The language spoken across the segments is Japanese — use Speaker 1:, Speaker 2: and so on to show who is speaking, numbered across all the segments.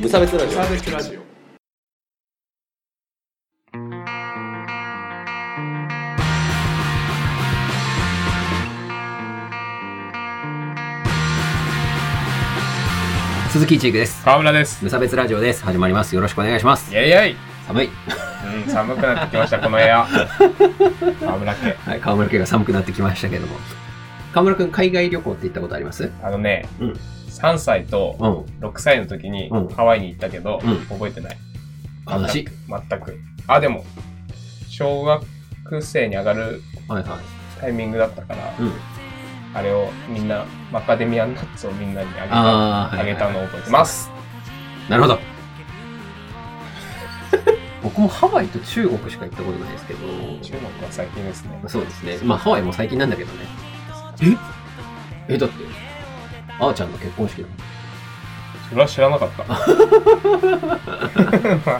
Speaker 1: 無差別ラジオ
Speaker 2: サーベスラジオ
Speaker 1: 鈴木一育です
Speaker 2: 川村です
Speaker 1: 無差別ラジオです始まりますよろしくお願いします
Speaker 2: イェイイェイ
Speaker 1: 寒い
Speaker 2: うん、寒くなって きました、この部屋。川村家。
Speaker 1: はい川村家が寒くなってきましたけども川村くん海外旅行って行ったことあります
Speaker 2: あのね、
Speaker 1: うん
Speaker 2: 3歳と
Speaker 1: うん
Speaker 2: 6歳の時に
Speaker 1: うん
Speaker 2: ハワイに行ったけど、
Speaker 1: うん
Speaker 2: 覚えてない。
Speaker 1: 悲しい
Speaker 2: 全く。あ、でも、小学生に上がる
Speaker 1: はいはい
Speaker 2: タイミングだったから、
Speaker 1: うん
Speaker 2: あれをみんな、マカデミアンナッツをみんなにあげた
Speaker 1: ああ、
Speaker 2: あ
Speaker 1: はい
Speaker 2: げたのを覚えてます。
Speaker 1: なる ほど僕もハワイと中国しか行ったことないですけど
Speaker 2: 中国は最近ですね。
Speaker 1: そうですね。まあ、ハワイも最近なんだけどね。ええ、だって、あーちゃんの結婚式だもん
Speaker 2: それは知ら なかった。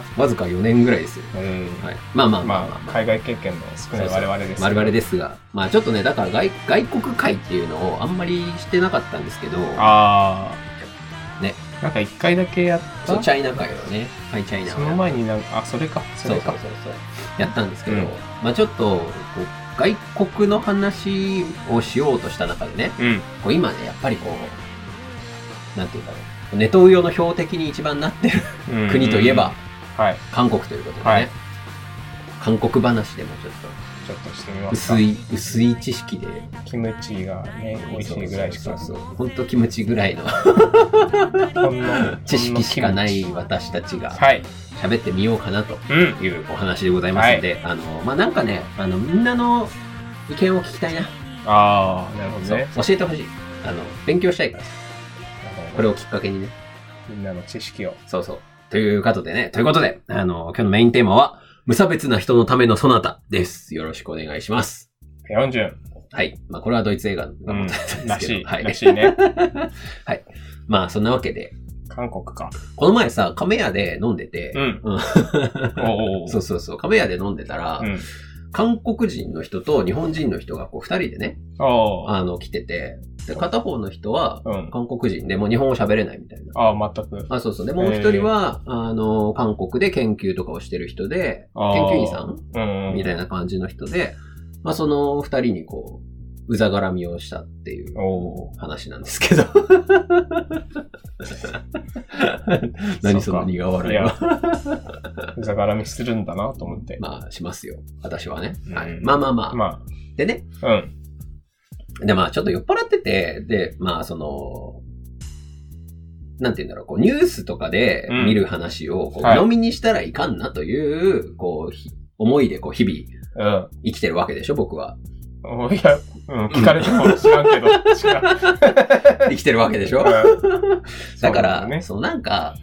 Speaker 1: わずか4年ぐらいですよ。
Speaker 2: うん
Speaker 1: はい。まあまあまあま
Speaker 2: ま
Speaker 1: あ、
Speaker 2: あ、
Speaker 1: まあ。
Speaker 2: 海外経験の少ない我々です。
Speaker 1: 我々ですが、まあちょっとね、だから外外国会っていうのをあんまりしてなかったんですけど、
Speaker 2: ああ。
Speaker 1: ね。
Speaker 2: なんか一回だけやった。
Speaker 1: そうチャイナ会をね、はい、チャイナ
Speaker 2: そ
Speaker 1: をや
Speaker 2: の
Speaker 1: っ
Speaker 2: 前になんか、あ、それか。そ
Speaker 1: そう
Speaker 2: れ
Speaker 1: そう
Speaker 2: か
Speaker 1: そう。そうやったんですけど、
Speaker 2: うん
Speaker 1: まあちょっとこう外国の話をしようとした中でね、
Speaker 2: うん。
Speaker 1: こう今ねやっぱりこうなんていうんだろうネトウヨの標的に一番なってる
Speaker 2: うん
Speaker 1: 国といえば
Speaker 2: はい。
Speaker 1: 韓国ということでね、
Speaker 2: はい
Speaker 1: 韓国話でもちょっ
Speaker 2: ちょっとしてみ
Speaker 1: と
Speaker 2: ますか
Speaker 1: 薄。い薄い知識で
Speaker 2: キムチがね、美味しいぐらいしか。
Speaker 1: そうそうそうほんとキムチぐらいの
Speaker 2: ほんの
Speaker 1: 知識しかな。
Speaker 2: ほんのキ
Speaker 1: い
Speaker 2: ム
Speaker 1: 私たちが
Speaker 2: チはい。
Speaker 1: 喋ってみようかなと
Speaker 2: うん。
Speaker 1: いうお話でございますので、あのまあなんかねあのみんなの意見を聞きたいな、
Speaker 2: ああ、なるほど
Speaker 1: そう
Speaker 2: ね。
Speaker 1: 教えてほしいあの勉強したいからこれをきっかけにね
Speaker 2: みんなの知識を。
Speaker 1: そうそう。ということでね、ということで、あの、今日のメインテーマは、無差別な人のためのそなたです。よろしくお願いします。
Speaker 2: ペヨンジュン。
Speaker 1: はい。まあ、これはドイツ映画の
Speaker 2: う
Speaker 1: 元
Speaker 2: ん
Speaker 1: だったんですけど、。
Speaker 2: らしい。
Speaker 1: はい。
Speaker 2: らし いね。
Speaker 1: はい。まあ、そんなわけで、
Speaker 2: 韓国か。
Speaker 1: この前さ、亀屋で飲んでて、
Speaker 2: うん。
Speaker 1: うん
Speaker 2: おうお う
Speaker 1: そうそうそう、亀屋で飲んでたら、
Speaker 2: うん。
Speaker 1: 韓国人の人と日本人の人がこう二人でね、
Speaker 2: おう
Speaker 1: あの、来てて、で、片方の人は
Speaker 2: うん。
Speaker 1: 韓国人でもう日本語喋れないみたいな。
Speaker 2: ああ、全く。
Speaker 1: あ、そうそう。で、もう一人は、あの、韓国で研究とかをしてる人で、
Speaker 2: あー
Speaker 1: 研究員さん
Speaker 2: うんうん。
Speaker 1: みたいな感じの人で、まあ、その二人にこう、うざがらみをしたっていう
Speaker 2: おお。
Speaker 1: 話なんです けど。 何その苦笑い
Speaker 2: い
Speaker 1: は。
Speaker 2: う ざがらみするんだなと思って。
Speaker 1: まあ、しますよ。私はね。
Speaker 2: うん
Speaker 1: はい、まあまあまあ。
Speaker 2: ま
Speaker 1: でね。
Speaker 2: あ、うん。
Speaker 1: で、まあ、ちょっと酔っ払ってて、で、まあ、その、なんて言うんだろう、こう、ニュースとかで
Speaker 2: うん
Speaker 1: 見る話を、こう、
Speaker 2: はい
Speaker 1: 鵜呑みにしたらいかんなという、こう、ひ思いで、こう、日々
Speaker 2: うん。
Speaker 1: 生きてるわけでしょ、僕 は。
Speaker 2: おいや、うん、聞かれても知らんけど、知らん。
Speaker 1: 生きてるわけでしょ だから、
Speaker 2: そ
Speaker 1: そうう,、
Speaker 2: だよね
Speaker 1: なんか、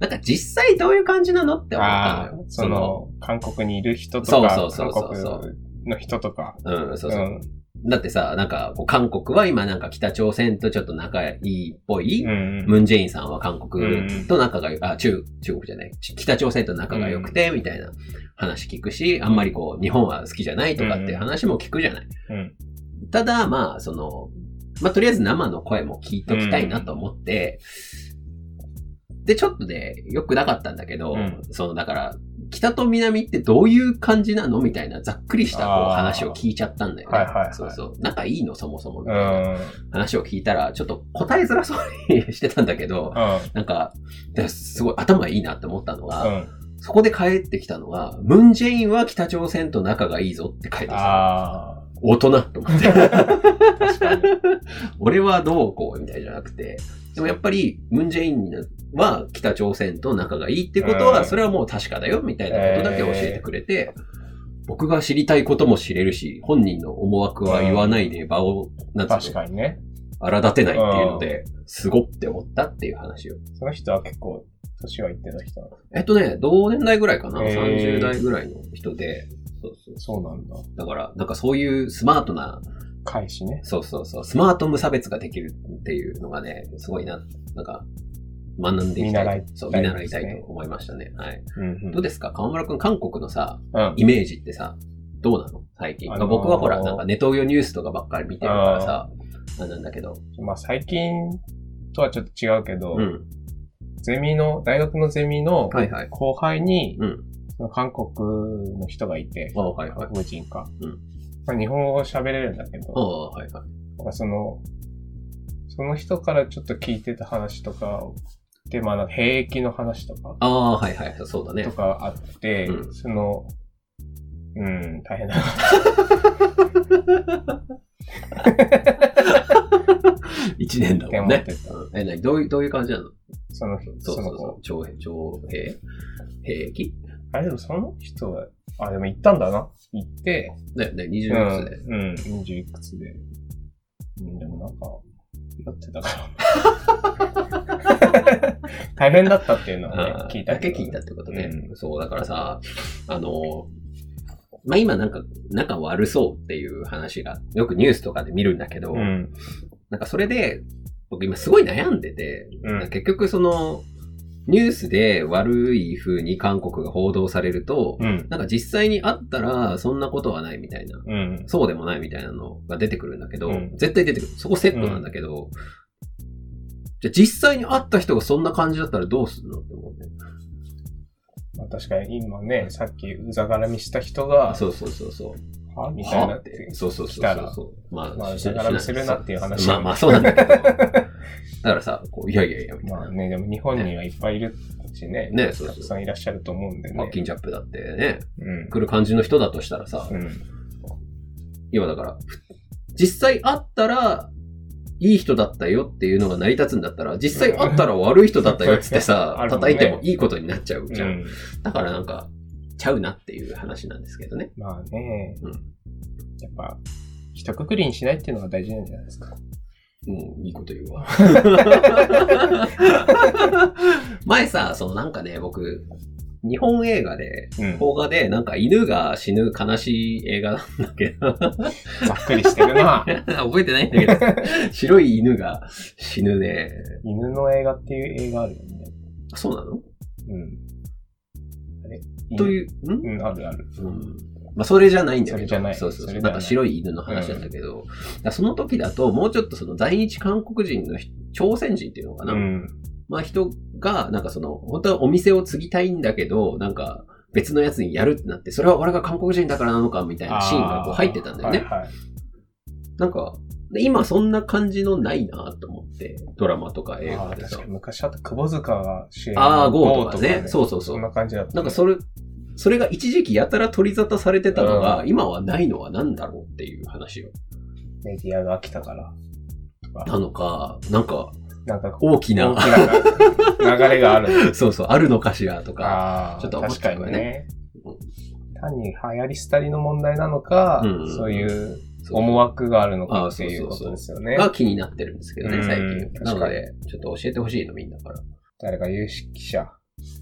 Speaker 1: なんか実際どういう感じなのって思った
Speaker 2: ああ
Speaker 1: のよ。、
Speaker 2: その、韓国にいる人と
Speaker 1: そう
Speaker 2: か、
Speaker 1: そうそ
Speaker 2: 韓
Speaker 1: うそう
Speaker 2: 国の人とか。
Speaker 1: その、うん、そう
Speaker 2: う
Speaker 1: そう。
Speaker 2: ん。
Speaker 1: だってさ、なんかこう、韓国は今なんか北朝鮮とちょっと仲いいっぽい、
Speaker 2: うん。
Speaker 1: ムンジェインさんは韓
Speaker 2: うん
Speaker 1: 国と仲がよ、あ、中、中国じゃない、ち北朝鮮と仲が良くて、みたいな話聞くし、あんまりこう、日本は好きじゃないとかっていう話も聞くじゃない。
Speaker 2: うん。
Speaker 1: ただ、まあ、その、まあ、とりあえず生の声も聞いときたいなと思って、で、ちょっとね、良くなかったんだけど、
Speaker 2: うん
Speaker 1: その、だから、北と南ってどういう感じなのみたいな、ざっくりしたこう
Speaker 2: あー
Speaker 1: 話を聞いちゃったんだよね。
Speaker 2: はいはいはい
Speaker 1: そうそう。仲いいのそもそもみ
Speaker 2: う。
Speaker 1: たいなん
Speaker 2: うん。
Speaker 1: 話を聞いたら、ちょっと答えづらそうにしてたんだけど、なんか、ですごい頭いいなって思ったのが、
Speaker 2: うん。
Speaker 1: そこで帰ってきたのが、ムンジェインは北朝鮮と仲がいいぞって書いてさ、
Speaker 2: あ
Speaker 1: 大人と思って。
Speaker 2: あ、確か に。
Speaker 1: 俺はどうこうみたいじゃなくて、でもやっぱりムンジェインは北朝鮮と仲がいいってこと
Speaker 2: うん
Speaker 1: は、それはもう確かだよみたいなことだけ教えてくれて、僕が知りたいことも知れるし、本人の思惑は言わないで場を、なんつ
Speaker 2: 確
Speaker 1: うの、
Speaker 2: かにね。
Speaker 1: 荒立てないっていうので、すごって思ったっていう話を。
Speaker 2: その人は結構、年はいってた人なの
Speaker 1: えっとね、同年代ぐらいかな、
Speaker 2: へー
Speaker 1: ?30 代ぐらいの人で、そうそう
Speaker 2: そうなんだ。
Speaker 1: だから、なんかそういうスマートな
Speaker 2: 返しね。
Speaker 1: そうそうそう。スマート無差別ができるっていうのがね、すごいな。なんか、学んでいきたい。
Speaker 2: 見習いたいですね
Speaker 1: そう、見習いたいと思いましたね。はい。
Speaker 2: うん。うん
Speaker 1: どうですか河村くん、韓国のさ、
Speaker 2: うん。
Speaker 1: イメージってさ、どうなの最近。
Speaker 2: あのー
Speaker 1: 僕はほら、なんかネトウヨニュースとかばっかり見てるからさ、あなんだけど。
Speaker 2: まあ最近とはちょっと違うけど、
Speaker 1: うん。
Speaker 2: ゼミの、大学のゼミの
Speaker 1: はいはい。
Speaker 2: 後輩に、
Speaker 1: うん
Speaker 2: その韓国の人がいて、
Speaker 1: あはいはい
Speaker 2: 韓。国人か。
Speaker 1: うん
Speaker 2: まあ、日本語喋れるんだけど、
Speaker 1: ああ、はいはい。
Speaker 2: なんかその、その人からちょっと聞いてた話とか、で、まあ、なんか兵役の話とか、
Speaker 1: ああ、はいはい。そうだ
Speaker 2: と
Speaker 1: ね。
Speaker 2: かあって、
Speaker 1: うん
Speaker 2: その、うん、大変だな。
Speaker 1: 一年だもん
Speaker 2: っ
Speaker 1: ね。
Speaker 2: て思って
Speaker 1: うん
Speaker 2: た
Speaker 1: え、なにどういう、どういう感じなの
Speaker 2: その、
Speaker 1: そう
Speaker 2: そ
Speaker 1: そう
Speaker 2: の
Speaker 1: そ
Speaker 2: 子
Speaker 1: う。。徴兵、徴兵兵役
Speaker 2: あれでもその人は、あ、でも行ったんだな。行って、
Speaker 1: だよね、
Speaker 2: うん、
Speaker 1: 20歳で。
Speaker 2: うん、20いくつで。うん、でもなんか、やって たから。大変だったっていうのは
Speaker 1: あ
Speaker 2: ね、
Speaker 1: ー
Speaker 2: 聞いた
Speaker 1: だけ聞いたってことね。
Speaker 2: う
Speaker 1: そう、だからさ、あの、まあ、今なんか、仲悪そうっていう話が、よくニュースとかで見るんだけど、
Speaker 2: うん。
Speaker 1: なんかそれで、僕今すごい悩んでて、
Speaker 2: うん。
Speaker 1: 結局その、ニュースで悪い風に韓国が報道されると、
Speaker 2: うん。
Speaker 1: なんか実際にあったら、そんなことはないみたいな、
Speaker 2: うん。
Speaker 1: そうでもないみたいなのが出てくるんだけど、
Speaker 2: うん
Speaker 1: 絶対出てくる。そこセットなんだけど、じゃあ実際に会った人がそんな感じだったらどうするのって思って。
Speaker 2: まあ確かに今ね、さっきうざがらみした人が、
Speaker 1: そうそうそうそう。
Speaker 2: はみたいな
Speaker 1: は
Speaker 2: っ
Speaker 1: ってて。。そうそうそうそう。
Speaker 2: 来たら
Speaker 1: まあ、
Speaker 2: まあ
Speaker 1: しな
Speaker 2: うざがらみするなっていう話
Speaker 1: まあまあそうなんだけど。だからさ、こう、いやいやいや、みたい
Speaker 2: ま
Speaker 1: な。
Speaker 2: あね、でも日本にはいっぱいいるしね、
Speaker 1: ねそう
Speaker 2: た
Speaker 1: そう
Speaker 2: くさんいらっしゃると思うんで
Speaker 1: まあ、
Speaker 2: ね。
Speaker 1: キンジャップだってね、
Speaker 2: うん。
Speaker 1: 来る感じの人だとしたらさ、
Speaker 2: うん。
Speaker 1: 要はだから、実際会ったら、いい人だったよっていうのが成り立つんだったら、実際会ったら悪い人だったよっつってさ
Speaker 2: あ、るもんね
Speaker 1: 叩 いてもいいことになっちゃうじ
Speaker 2: う
Speaker 1: ゃん。
Speaker 2: ん。
Speaker 1: だからなんか、ちゃうなっていう話なんですけどね。
Speaker 2: まあね、
Speaker 1: うん
Speaker 2: やっぱ、一括りにしないっていうのが大事なんじゃないですか。
Speaker 1: うん、いいこと言 うわ。前さ、そのなんかね、僕、日本映画で、
Speaker 2: うん。
Speaker 1: 邦画で、なんか犬が死ぬ悲しい映画なんだけ ど、。
Speaker 2: ざっくりしてるな
Speaker 1: 覚えてないんだ けど、白い犬が死ぬね。
Speaker 2: 犬の映画っていう映画あるよね。
Speaker 1: あそうなの
Speaker 2: うん。あれ
Speaker 1: と
Speaker 2: う。
Speaker 1: いう、ん
Speaker 2: うん、あるある。
Speaker 1: うんまあ、それじゃないんだけど。
Speaker 2: それじゃない
Speaker 1: そうそう
Speaker 2: そ
Speaker 1: そう
Speaker 2: れ。じゃな
Speaker 1: ないんか白い犬の話なんだけど、だからその時だと、もうちょっとその在日韓国人の人朝鮮人っていうのか
Speaker 2: う
Speaker 1: な、
Speaker 2: ん。
Speaker 1: まあ人が、なんかその、本当はお店を継ぎたいんだけど、なんか別のやつにやるってなって、それは俺が韓国人だからなのかみたいなシーンがこう入ってたんだよね。
Speaker 2: あーはいはい
Speaker 1: なんか、で今そんな感じのないなと思って、ドラマとか映
Speaker 2: あ
Speaker 1: 画
Speaker 2: ー
Speaker 1: で
Speaker 2: 確
Speaker 1: さ
Speaker 2: か。に昔あった窪塚が主演の
Speaker 1: ああ、
Speaker 2: ゴ
Speaker 1: ゴ
Speaker 2: ー
Speaker 1: ーとかね。そうそうそ
Speaker 2: そん
Speaker 1: う。
Speaker 2: な感じだった。
Speaker 1: なんかそれ、それが一時期やたら取り沙汰されてたのが、今はないのは何だろうっていう話を。
Speaker 2: メディアが飽きたから。とか
Speaker 1: なのか、なんか
Speaker 2: なんか、
Speaker 1: 大き
Speaker 2: 大
Speaker 1: な、
Speaker 2: きな流れがあ る。
Speaker 1: そうそう、あるのかしらとか。
Speaker 2: ああ、
Speaker 1: ちょっと思っ
Speaker 2: 確
Speaker 1: ちゃ
Speaker 2: か
Speaker 1: うよ
Speaker 2: に
Speaker 1: ね
Speaker 2: ね。単に流行り廃りの問題なのか、
Speaker 1: うん
Speaker 2: そういう
Speaker 1: そう
Speaker 2: 思惑があるのか
Speaker 1: あ
Speaker 2: っていうことですよね。
Speaker 1: が気になってるんですけど
Speaker 2: う
Speaker 1: ね、
Speaker 2: ん
Speaker 1: 最近。なの
Speaker 2: 確かに
Speaker 1: で、ちょっと教えてほしいの、みんなから。
Speaker 2: 誰か有識者。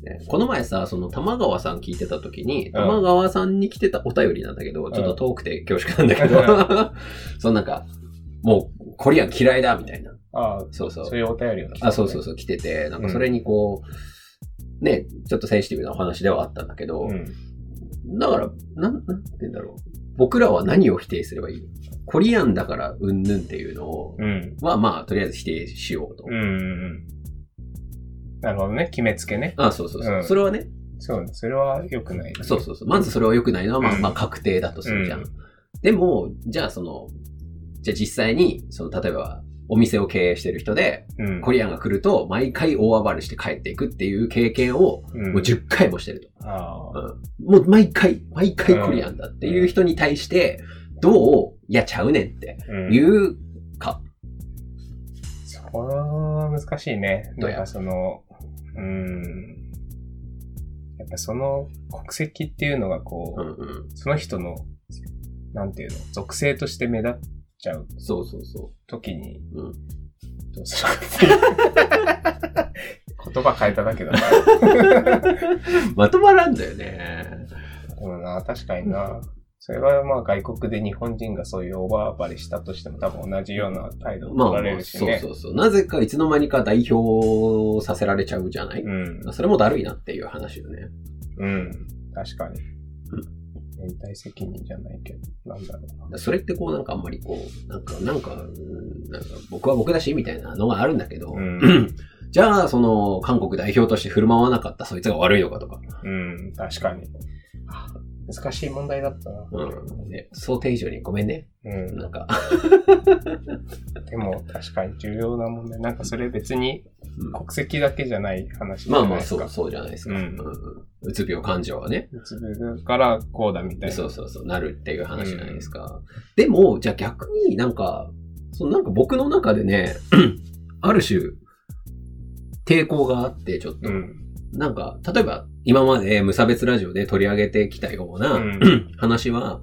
Speaker 1: ねこの前さ、その玉川さん聞いてた時に、
Speaker 2: ん
Speaker 1: 玉川さんに来てたお便りなんだけど、
Speaker 2: ん
Speaker 1: ちょっと遠くて恐縮なんだけど、 そのなんか、もう、コリアン嫌いだ、みたいな。
Speaker 2: ああ、
Speaker 1: そうそう
Speaker 2: そ。ういうお便りが来た、
Speaker 1: あ、そうそうそう、来てて、なんかそれにこう、ね、ちょっとセンシティブなお話ではあったんだけど、
Speaker 2: うん。
Speaker 1: だから、なん、なんて言うんだろう。僕らは何を否定すればいいのコリアンだからうんぬんっていうのを、
Speaker 2: うん。
Speaker 1: はまあ、とりあえず否定しようと。
Speaker 2: うんうん。なるほどね。決めつけね。
Speaker 1: あ、そうそうそう。
Speaker 2: うん
Speaker 1: それはね、
Speaker 2: そう、それは良くない、ね。
Speaker 1: そうそうそう。まずそれは良くないのは、まあ、
Speaker 2: うん
Speaker 1: まあ確定だとするじゃん。
Speaker 2: うん
Speaker 1: でも、じゃあその、じゃあ実際に、その、例えば、お店を経営してる人で、
Speaker 2: う。うん。
Speaker 1: コリアンが来ると、毎回大暴れして帰っていくっていう経験を、
Speaker 2: うん、
Speaker 1: もう10回もしてると。
Speaker 2: ああ。
Speaker 1: うんもう毎回、毎回コリアンだっていう人に対して、どう、いやちゃうねんって
Speaker 2: うん
Speaker 1: 言うか。
Speaker 2: そこは難しいね。
Speaker 1: どう
Speaker 2: な
Speaker 1: や
Speaker 2: んかその、うーん。やっぱその国籍っていうのがこ
Speaker 1: う
Speaker 2: う、
Speaker 1: んうん。
Speaker 2: その人の、なんていうの、属性として目立っちゃう
Speaker 1: そうそうそ
Speaker 2: ときに、
Speaker 1: うん
Speaker 2: どうするかっていう。言葉変えただけだな。
Speaker 1: う。まとまらんだよね。
Speaker 2: うんな、確かにな。それはまあ外国で日本人がそういうオーバーバレしたとしても多分同じような態度を
Speaker 1: まあ、
Speaker 2: 取られるし
Speaker 1: そう
Speaker 2: ね。
Speaker 1: そうそう。なぜかいつの間にか代表させられちゃうじゃない、
Speaker 2: うん。
Speaker 1: それもだるいなっていう話よね。
Speaker 2: うん。確かに。連帯責任じゃないけど、なんだろうな。
Speaker 1: それってこうなんかあんまりこう、なんか、なんか、うんなんか僕は僕だしみたいなのがあるんだけど、
Speaker 2: うん
Speaker 1: じゃあ、その、韓国代表として振る舞わなかったそいつが悪いのかとか。
Speaker 2: うん、確かに。あ難しい問題だったな。
Speaker 1: うん。ね想定以上にごめんね。
Speaker 2: うん。
Speaker 1: なんか。
Speaker 2: でも、確かに重要な問題。なんかそれ別に
Speaker 1: うん
Speaker 2: 国籍だけじゃない話じ
Speaker 1: ま
Speaker 2: ゃ
Speaker 1: あ
Speaker 2: ない
Speaker 1: まあ、
Speaker 2: です
Speaker 1: そ
Speaker 2: か
Speaker 1: う、。そうじゃないですか。
Speaker 2: う
Speaker 1: うんんうんうつ病患者はね。
Speaker 2: うつ病からこうだみたいな。
Speaker 1: そうそうそう、なるっていう話じゃないですか。でも、じゃあ逆になんか、そのなんか僕の中でね、 ある種、抵抗があって、ちょっと、
Speaker 2: うん。
Speaker 1: なんか、例えば、今まで無差別ラジオで取り上げてきたような、
Speaker 2: うん
Speaker 1: 話は、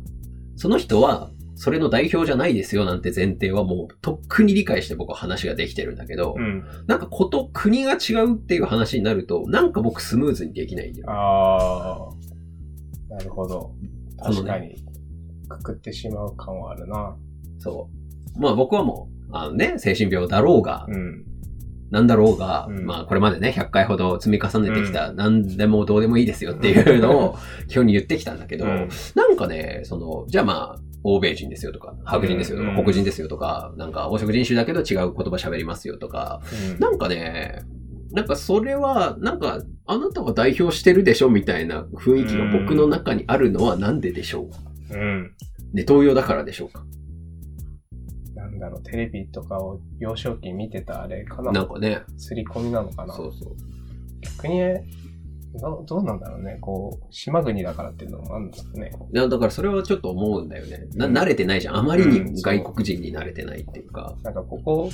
Speaker 1: その人は、それの代表じゃないですよなんて前提はもう、とっくに理解して僕は話ができてるんだけど、
Speaker 2: うん。
Speaker 1: なんかこと、国が違うっていう話になると、なんか僕スムーズにできないんだよ。
Speaker 2: ああ。なるほど。
Speaker 1: このね
Speaker 2: 確かに。くくってしまう感はあるな。
Speaker 1: そう。まあ僕はもう、あのね、精神病だろうが、
Speaker 2: うん。
Speaker 1: なんだろうが、
Speaker 2: うん
Speaker 1: まあこれまでね、100回ほど積み重ねてきた、なんでもどうでもいいですよっていうのを基本に言ってきたんだけど、
Speaker 2: うん
Speaker 1: なんかね、その、じゃあまあ、欧米人ですよとか、白人ですよとか、
Speaker 2: うん
Speaker 1: 黒人ですよとか、なんか黄色人種だけど違う言葉喋りますよとか、
Speaker 2: うん
Speaker 1: なんかね、なんかそれは、なんか、あなたは代表してるでしょみたいな雰囲気が僕の中にあるのはなんででしょうか
Speaker 2: うん。
Speaker 1: ネトウヨだからでしょうか
Speaker 2: なんだろう、テレビとかを幼少期見てたあれかな。
Speaker 1: なんかね、
Speaker 2: 刷り込みなのかな。
Speaker 1: そうそう。
Speaker 2: 逆にね、どどうなんだろうね。こう、島国だからっていうのもあるんですかね。
Speaker 1: いやだからそれはちょっと思うんだよね。な、
Speaker 2: うん
Speaker 1: 慣れてないじゃん。あまり
Speaker 2: うん
Speaker 1: に外国人に慣れてないっていうか、
Speaker 2: なんかここ、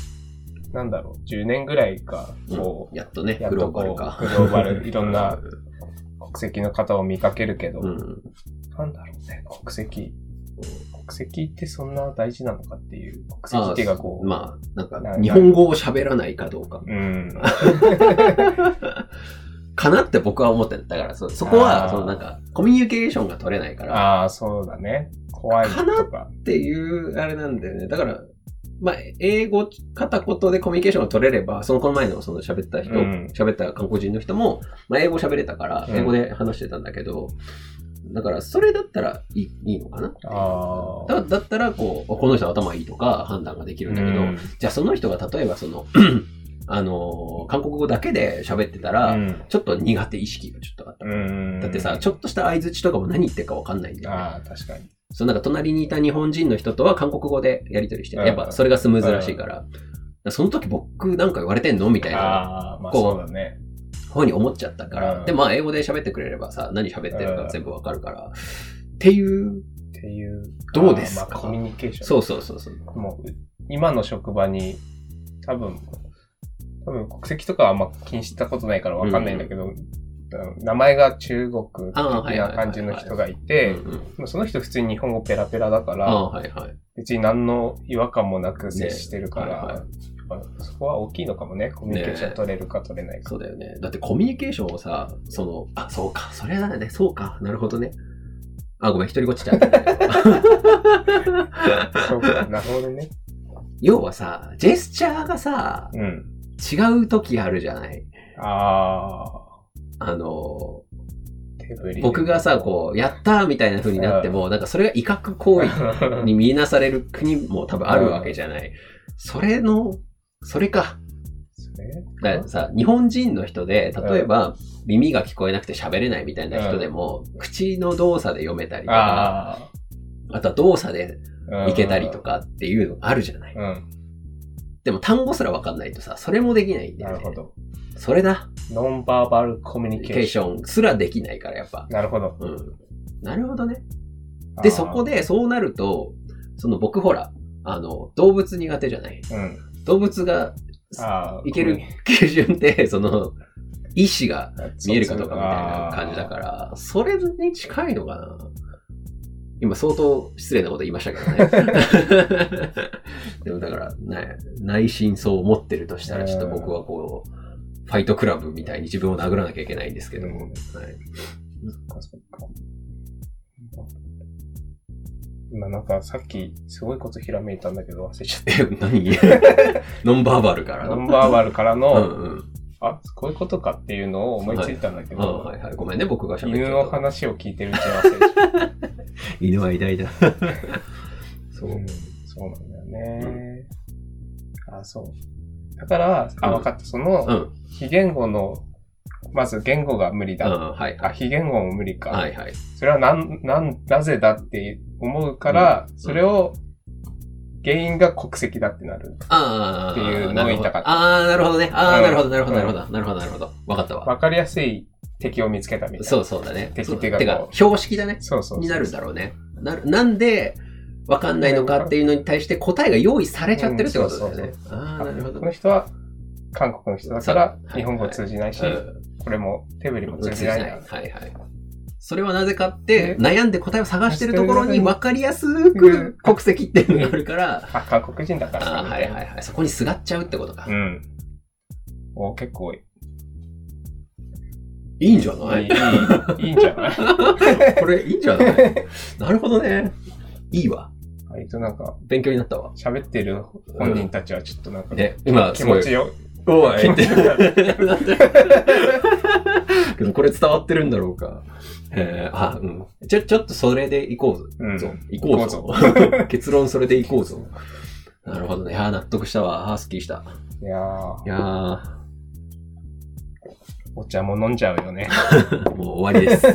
Speaker 2: なんだろう、10年ぐらいか、こ
Speaker 1: やっとね、
Speaker 2: やっ
Speaker 1: グ
Speaker 2: と
Speaker 1: ロー
Speaker 2: こ
Speaker 1: バ
Speaker 2: う
Speaker 1: ルか。
Speaker 2: グロー バルいろんなう、国籍の方を見かけるけど、
Speaker 1: うん。うん。
Speaker 2: なんだろうね、国籍。国籍ってそんな大事なのかっていう、国籍っていうかこう、
Speaker 1: まあ、なんか
Speaker 2: な、
Speaker 1: 日本語を喋らないかどう か。
Speaker 2: うん。
Speaker 1: かなって僕は思ってんだから、そ、そこは、
Speaker 2: あー
Speaker 1: そのなんか、コミュニケーションが取れないから、
Speaker 2: ああ、そうだね。怖いとか。
Speaker 1: っていう、あれなんだよね。だから、まあ、英語片言でコミュニケーションが取れれば、そのこの前のその喋った人、
Speaker 2: うん
Speaker 1: 喋、った韓国人の人も、まあ、英語喋れたから、
Speaker 2: うん
Speaker 1: 英語で話してたんだけど、だから、それだったらいいいいのかな
Speaker 2: ああ。
Speaker 1: だだったら、こう、この人頭いいとか判断ができるんだけど、
Speaker 2: うん
Speaker 1: じゃあその人が例えばその、 あのー韓国語だけで喋ってたら、
Speaker 2: うん
Speaker 1: ちょっと苦手意識がちょっとあった。
Speaker 2: うん。
Speaker 1: だってさ、ちょっとした相づちとかも何言ってるかわかんないんだよね。
Speaker 2: ああ、確かに。
Speaker 1: そのなんか隣にいた日本人の人とは韓国語でやり取りして
Speaker 2: う
Speaker 1: る、
Speaker 2: ん
Speaker 1: やっぱそれがスムーズらしいから。だからその時僕なんか言われてんのみたいな
Speaker 2: ああ、まあ
Speaker 1: こう
Speaker 2: そうだね。
Speaker 1: 方に思っちゃったから。
Speaker 2: うん
Speaker 1: で、まあ英語で喋ってくれればさ、何喋ってる
Speaker 2: うん
Speaker 1: か全部わかるから。っていう、
Speaker 2: っていう。
Speaker 1: どうですか
Speaker 2: まあコミュニケーション。
Speaker 1: そうそうそうそう。
Speaker 2: もう、今の職場に、多分、多分国籍とかはあんま気にしたことないからわかんないんだけど、名前が中国的
Speaker 1: あーはいはいはい
Speaker 2: な
Speaker 1: はい
Speaker 2: 感じの人がい
Speaker 1: うん
Speaker 2: て、
Speaker 1: うん、
Speaker 2: でもその人普通に日本語ペラペラだか
Speaker 1: ああ、
Speaker 2: ら、
Speaker 1: はいはい。
Speaker 2: 別に何の違和感もなく接してるから、
Speaker 1: ねはいはい
Speaker 2: やっぱそこは大きいのかもね、コミュニケーション取れるか取れないか。
Speaker 1: そうだよね。だってコミュニケーションをさ、その、あ、そうか、それだね、そうか、なるほどね。あ、ごめん、一人ごっちだ ったね。
Speaker 2: そうか、なるほどね。
Speaker 1: 要はさ、ジェスチャーがさ、
Speaker 2: うん。
Speaker 1: 違う時あるじゃない。
Speaker 2: あ
Speaker 1: あの、
Speaker 2: ー、手振り。
Speaker 1: 僕がさ、こう、やったーみたいな風になっても、なんかそれが威嚇 行為
Speaker 2: う
Speaker 1: に見なされる国も多分あるわけじゃない。それの、それか。
Speaker 2: それ
Speaker 1: だからさ、日本人の人で、例えば、耳が聞こえなくて喋れないみたいな人でも、口の動作で読めたりとか、
Speaker 2: あ
Speaker 1: あとは動作で
Speaker 2: あ。
Speaker 1: いけたりと。かっていうのあるじゃない。
Speaker 2: うん。
Speaker 1: でも単語すらわかんないとさ、それもできないんだ
Speaker 2: な
Speaker 1: よ
Speaker 2: る
Speaker 1: ね。
Speaker 2: ほど。
Speaker 1: それだ。
Speaker 2: ノンバーバルコミュニケ
Speaker 1: ケー
Speaker 2: ーシ
Speaker 1: ションすらできないからやっぱ
Speaker 2: ョン。。なるほど。
Speaker 1: うん。なるほどね。
Speaker 2: あー
Speaker 1: で、そこ。でそうなると、その僕ほら、あの、動物苦手じゃない。
Speaker 2: うん。
Speaker 1: 動物が
Speaker 2: あー
Speaker 1: いける基準って、その、意思が
Speaker 2: コミュニ
Speaker 1: 見えるかどうかみたいな感じだから、それに近いのかな。今相当失礼なこと言いましたけど ね。でもだから、ね、内心そう思ってるとしたら、ちょっと僕はこう、ファイトクラブみたいに自分を殴らなきゃいけないんですけども。はい
Speaker 2: あーそっかそっか今なんかさっきすごいことひらめいたんだけど忘れちゃっ
Speaker 1: え、何 ノンバーバルか
Speaker 2: た。
Speaker 1: ら
Speaker 2: ノン
Speaker 1: の。
Speaker 2: バーバルから
Speaker 1: う
Speaker 2: の、
Speaker 1: んうん。
Speaker 2: あ、こういうことかっていうのを思いついたんだけ
Speaker 1: あ
Speaker 2: ど、
Speaker 1: はいはい。ごめんね、僕が喋って
Speaker 2: 犬の
Speaker 1: た。
Speaker 2: 話を聞いてるうちに忘れちゃった。
Speaker 1: 犬は偉大 だ。そう
Speaker 2: うん。そうなんだよね。あ、そう。だから、あ、
Speaker 1: うん
Speaker 2: 分かった。その
Speaker 1: う、ん。
Speaker 2: 非言語の、まず言語が無理
Speaker 1: うん。
Speaker 2: だ。
Speaker 1: はい
Speaker 2: あ、
Speaker 1: はい。
Speaker 2: 非言語も無理か。
Speaker 1: はいはい。
Speaker 2: それはなん、なん、なぜだって思うから、
Speaker 1: うん
Speaker 2: それを、原因が国籍だってなる。
Speaker 1: ああ。
Speaker 2: っていうのを言いたかった
Speaker 1: ああ、なるほどね。ああ、
Speaker 2: うん
Speaker 1: なるほど、なるほど、な
Speaker 2: う
Speaker 1: る
Speaker 2: ん
Speaker 1: ほど。なるほど、なるほど。わかったわ。
Speaker 2: わかりやすい敵を見つけたみたいな。
Speaker 1: そうそうだね。
Speaker 2: 敵
Speaker 1: そうだ
Speaker 2: っていうか
Speaker 1: てか
Speaker 2: こ、
Speaker 1: 標識だね。
Speaker 2: そうそうそう
Speaker 1: になるんだろうね。なるなんで、わかんないのかっていうのに対して答えが用意されちゃってるってことだよ
Speaker 2: うん
Speaker 1: ね
Speaker 2: そ。
Speaker 1: ああ、
Speaker 2: あ
Speaker 1: なるほど
Speaker 2: この。人は韓国の人だから
Speaker 1: そう
Speaker 2: 日本語通じないし、
Speaker 1: うん
Speaker 2: これも手振りも通
Speaker 1: 通じ
Speaker 2: じ
Speaker 1: な
Speaker 2: ないい
Speaker 1: はい
Speaker 2: な。
Speaker 1: はい。それはなぜかって、
Speaker 2: ね
Speaker 1: 悩んで答えを探してるところに分かりやすく国籍っていうのがあるから、
Speaker 2: あ、韓国人だから
Speaker 1: あ
Speaker 2: か
Speaker 1: あ、
Speaker 2: み
Speaker 1: は
Speaker 2: たい
Speaker 1: い
Speaker 2: な。
Speaker 1: はいはい。そこにすがっちゃうってことか。
Speaker 2: うん。お結構い
Speaker 1: いいんじゃ
Speaker 2: い、
Speaker 1: ないい、
Speaker 2: い、いいんじゃない
Speaker 1: これいいんじゃ ないなるほどね。いいわ。
Speaker 2: 割となんか、
Speaker 1: 勉強になったわ。
Speaker 2: 喋ってる本人たちはちょっとなんか、
Speaker 1: ね、今、
Speaker 2: 気
Speaker 1: すご
Speaker 2: 持
Speaker 1: い
Speaker 2: ちよ。
Speaker 1: おい
Speaker 2: 気
Speaker 1: っ
Speaker 2: 持
Speaker 1: て
Speaker 2: ちよくな る。
Speaker 1: なってるけどこれ伝わってるんだろうか。えー、あ、うん。ちょ、ちょっとそれで行こうぞ。
Speaker 2: うん。
Speaker 1: ぞ
Speaker 2: う
Speaker 1: 行こうぞ。 結論それで行こうぞ。なるほどね。いやー納得したわ。あーすっきりした。
Speaker 2: いや
Speaker 1: い
Speaker 2: ー、
Speaker 1: やー
Speaker 2: お茶も飲んじゃうよね。
Speaker 1: もう終わり です。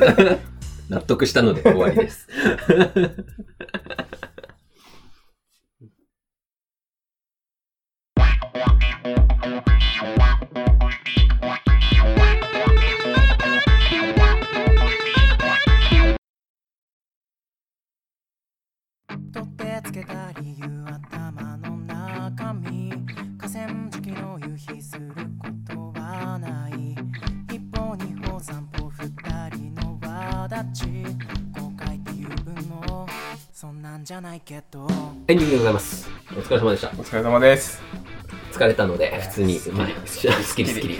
Speaker 1: 納得したので終わりです。
Speaker 3: 取ってつけた理由頭の中身河川敷の夕日することはない一歩二歩三歩二人の輪立ち後悔っていう分もそんなんじゃないけど
Speaker 1: エンディングでございます。お疲れ様でした。
Speaker 2: お疲れ様です。
Speaker 1: 疲れたので、普通に、まあ、 すっきりすっき り。い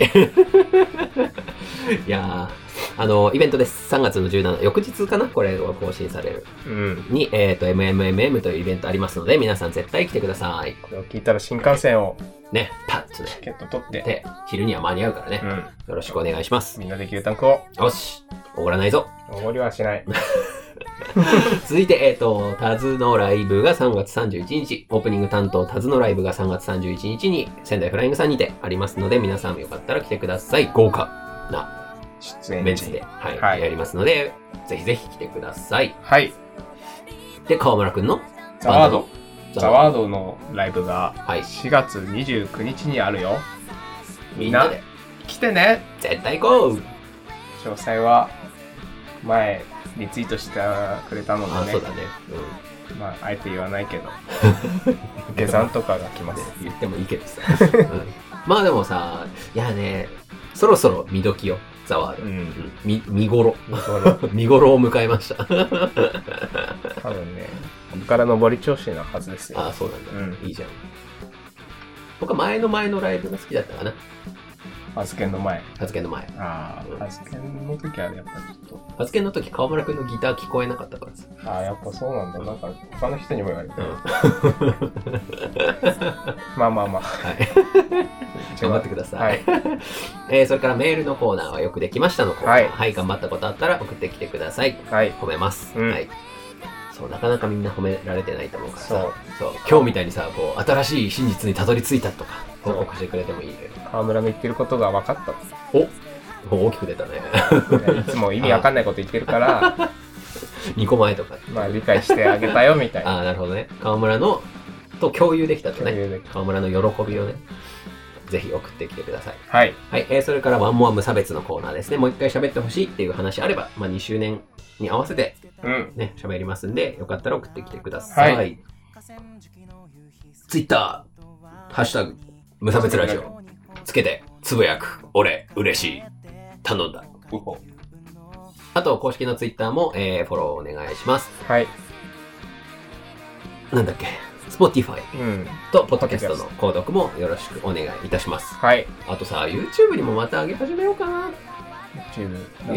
Speaker 1: やーあの、イベントです。3月の17、翌日かなこれを更新される。
Speaker 2: うん。
Speaker 1: に、えっ、と、MMMM というイベントありますので、皆さん絶対来てください。
Speaker 2: これを聞いたら新幹線を
Speaker 1: ね、パッとね。
Speaker 2: ゲット取って、
Speaker 1: で、昼には間に合うからね
Speaker 2: う。ん。
Speaker 1: よろしくお願いします。
Speaker 2: みんなで牛タン食おう。
Speaker 1: よし、おごらないぞ。
Speaker 2: おごりはしない。
Speaker 1: 続いて、えっ、と、タズのライブが3月31日、オープニング担当タズのライブが3月31日に仙台フライングさんにてありますので、皆さんよかったら来てください。豪華
Speaker 2: 出演
Speaker 1: メン
Speaker 2: 時
Speaker 1: ツで、はい、
Speaker 2: はい
Speaker 1: やりますので、ぜひぜひ来てください。
Speaker 2: はい。
Speaker 1: で、川村くんの
Speaker 2: ザワード。
Speaker 1: ー
Speaker 2: ザワードのライブが
Speaker 1: ド。はい。
Speaker 2: 4月29日にあるよ。
Speaker 1: みんなで、
Speaker 2: 来てね
Speaker 1: 絶対行こう
Speaker 2: 詳細は前リツイートしてくれたの
Speaker 1: あ、
Speaker 2: で
Speaker 1: そう
Speaker 2: ね
Speaker 1: だね。うん。
Speaker 2: まああえて言わない けど下山とかが来ます
Speaker 1: 言ってもいいけど さ、うんまあでもさいやねそろそろ見時よザワード、
Speaker 2: う
Speaker 1: うん
Speaker 2: ん
Speaker 1: 見見頃
Speaker 2: 登録
Speaker 1: 見頃を迎えました
Speaker 2: 多分 ねここから上り調子なはずですよ
Speaker 1: ああそうなんだ、
Speaker 2: う
Speaker 1: いいじゃん僕は前の前のライブが好きだったかな
Speaker 2: 発見の前
Speaker 1: 発言の前
Speaker 2: あ
Speaker 1: うん
Speaker 2: あ発見の時はやっぱちょっ
Speaker 1: 発言の時川村くんのギター聞こえなかったからさ
Speaker 2: とああやっぱそうなんだなんか他の人にも言われて
Speaker 1: うん
Speaker 2: まあまあまあ
Speaker 1: はい頑張ってください
Speaker 2: はい
Speaker 1: えーそれからメールのコーナーはよくできましたのコーナーは、
Speaker 2: はいい
Speaker 1: 頑張ったことあったら送ってきてください
Speaker 2: はい
Speaker 1: 褒めます、
Speaker 2: うん
Speaker 1: はいそうなかなかみんな褒められてないと思うからさそう今日みたいにさこう新しい真実にたどり着いたとか報告してくれてもいいね
Speaker 2: 河村の言ってることが分かった
Speaker 1: おもう大きく出たね
Speaker 2: いつも意味わかんないこと言ってるから、
Speaker 1: 2個前とか
Speaker 2: まあ理解してあげたよみたいな。
Speaker 1: ああなるほどね川村のと共有できたと
Speaker 2: 共
Speaker 1: ね
Speaker 2: 有でき
Speaker 1: 川村の喜びをねぜひ送ってきてください。
Speaker 2: はい。
Speaker 1: はい。えーそれからワンモア無差別のコーナーですね。もう一回喋ってほしいっていう話あれば、まあ2周年に合わせて
Speaker 2: うん。
Speaker 1: ね、喋りますんで、よかったら送ってきてください。
Speaker 2: は
Speaker 1: ツイッター、ハッシュタグ、無差別ラジオ、つけて、つぶやく、俺、嬉しい、頼んだ。
Speaker 2: うほ
Speaker 1: あと、公式のツイッターも、えーフォローお願いします。
Speaker 2: はい。
Speaker 1: なんだっけ、Spotify
Speaker 2: うん。
Speaker 1: と、ポッドキャストの購読もよろしくお願いいたします。
Speaker 2: はい。
Speaker 1: あとさ、YouTube にもまた上げ始めようかな。
Speaker 2: YouTube。なん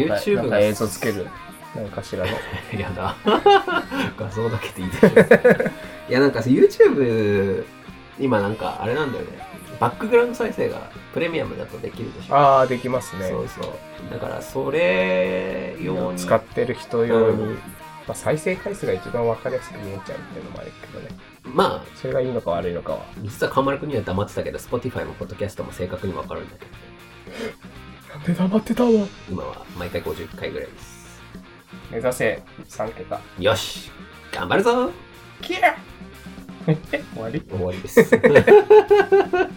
Speaker 2: か
Speaker 1: YouTube が
Speaker 2: なんか映像つける。なんかしらの。
Speaker 1: やだ。 画像だけでいいでしょ。 いや、なんかさ YouTube、今なんか、あれなんだよね。バックグラウンド再生がプレミアムだとできるでしょ。
Speaker 2: ああ、できますね
Speaker 1: そ。うそう。だから、それ用に。
Speaker 2: 使ってる人用に。
Speaker 1: うん
Speaker 2: まあ、再生回数が一番わかりやすく見えちゃうっていうのもあるけどね。
Speaker 1: まあ、
Speaker 2: それがいいのか悪いのかは。
Speaker 1: 実は河村君には黙ってたけど、Spotify も Podcast も正確にわかるんだけど、
Speaker 2: なんで黙ってたの
Speaker 1: 今は毎回50回ぐらいです。
Speaker 2: 目指せ、3桁。
Speaker 1: よし頑張るぞ
Speaker 2: キャー 終わり
Speaker 1: 終わりです。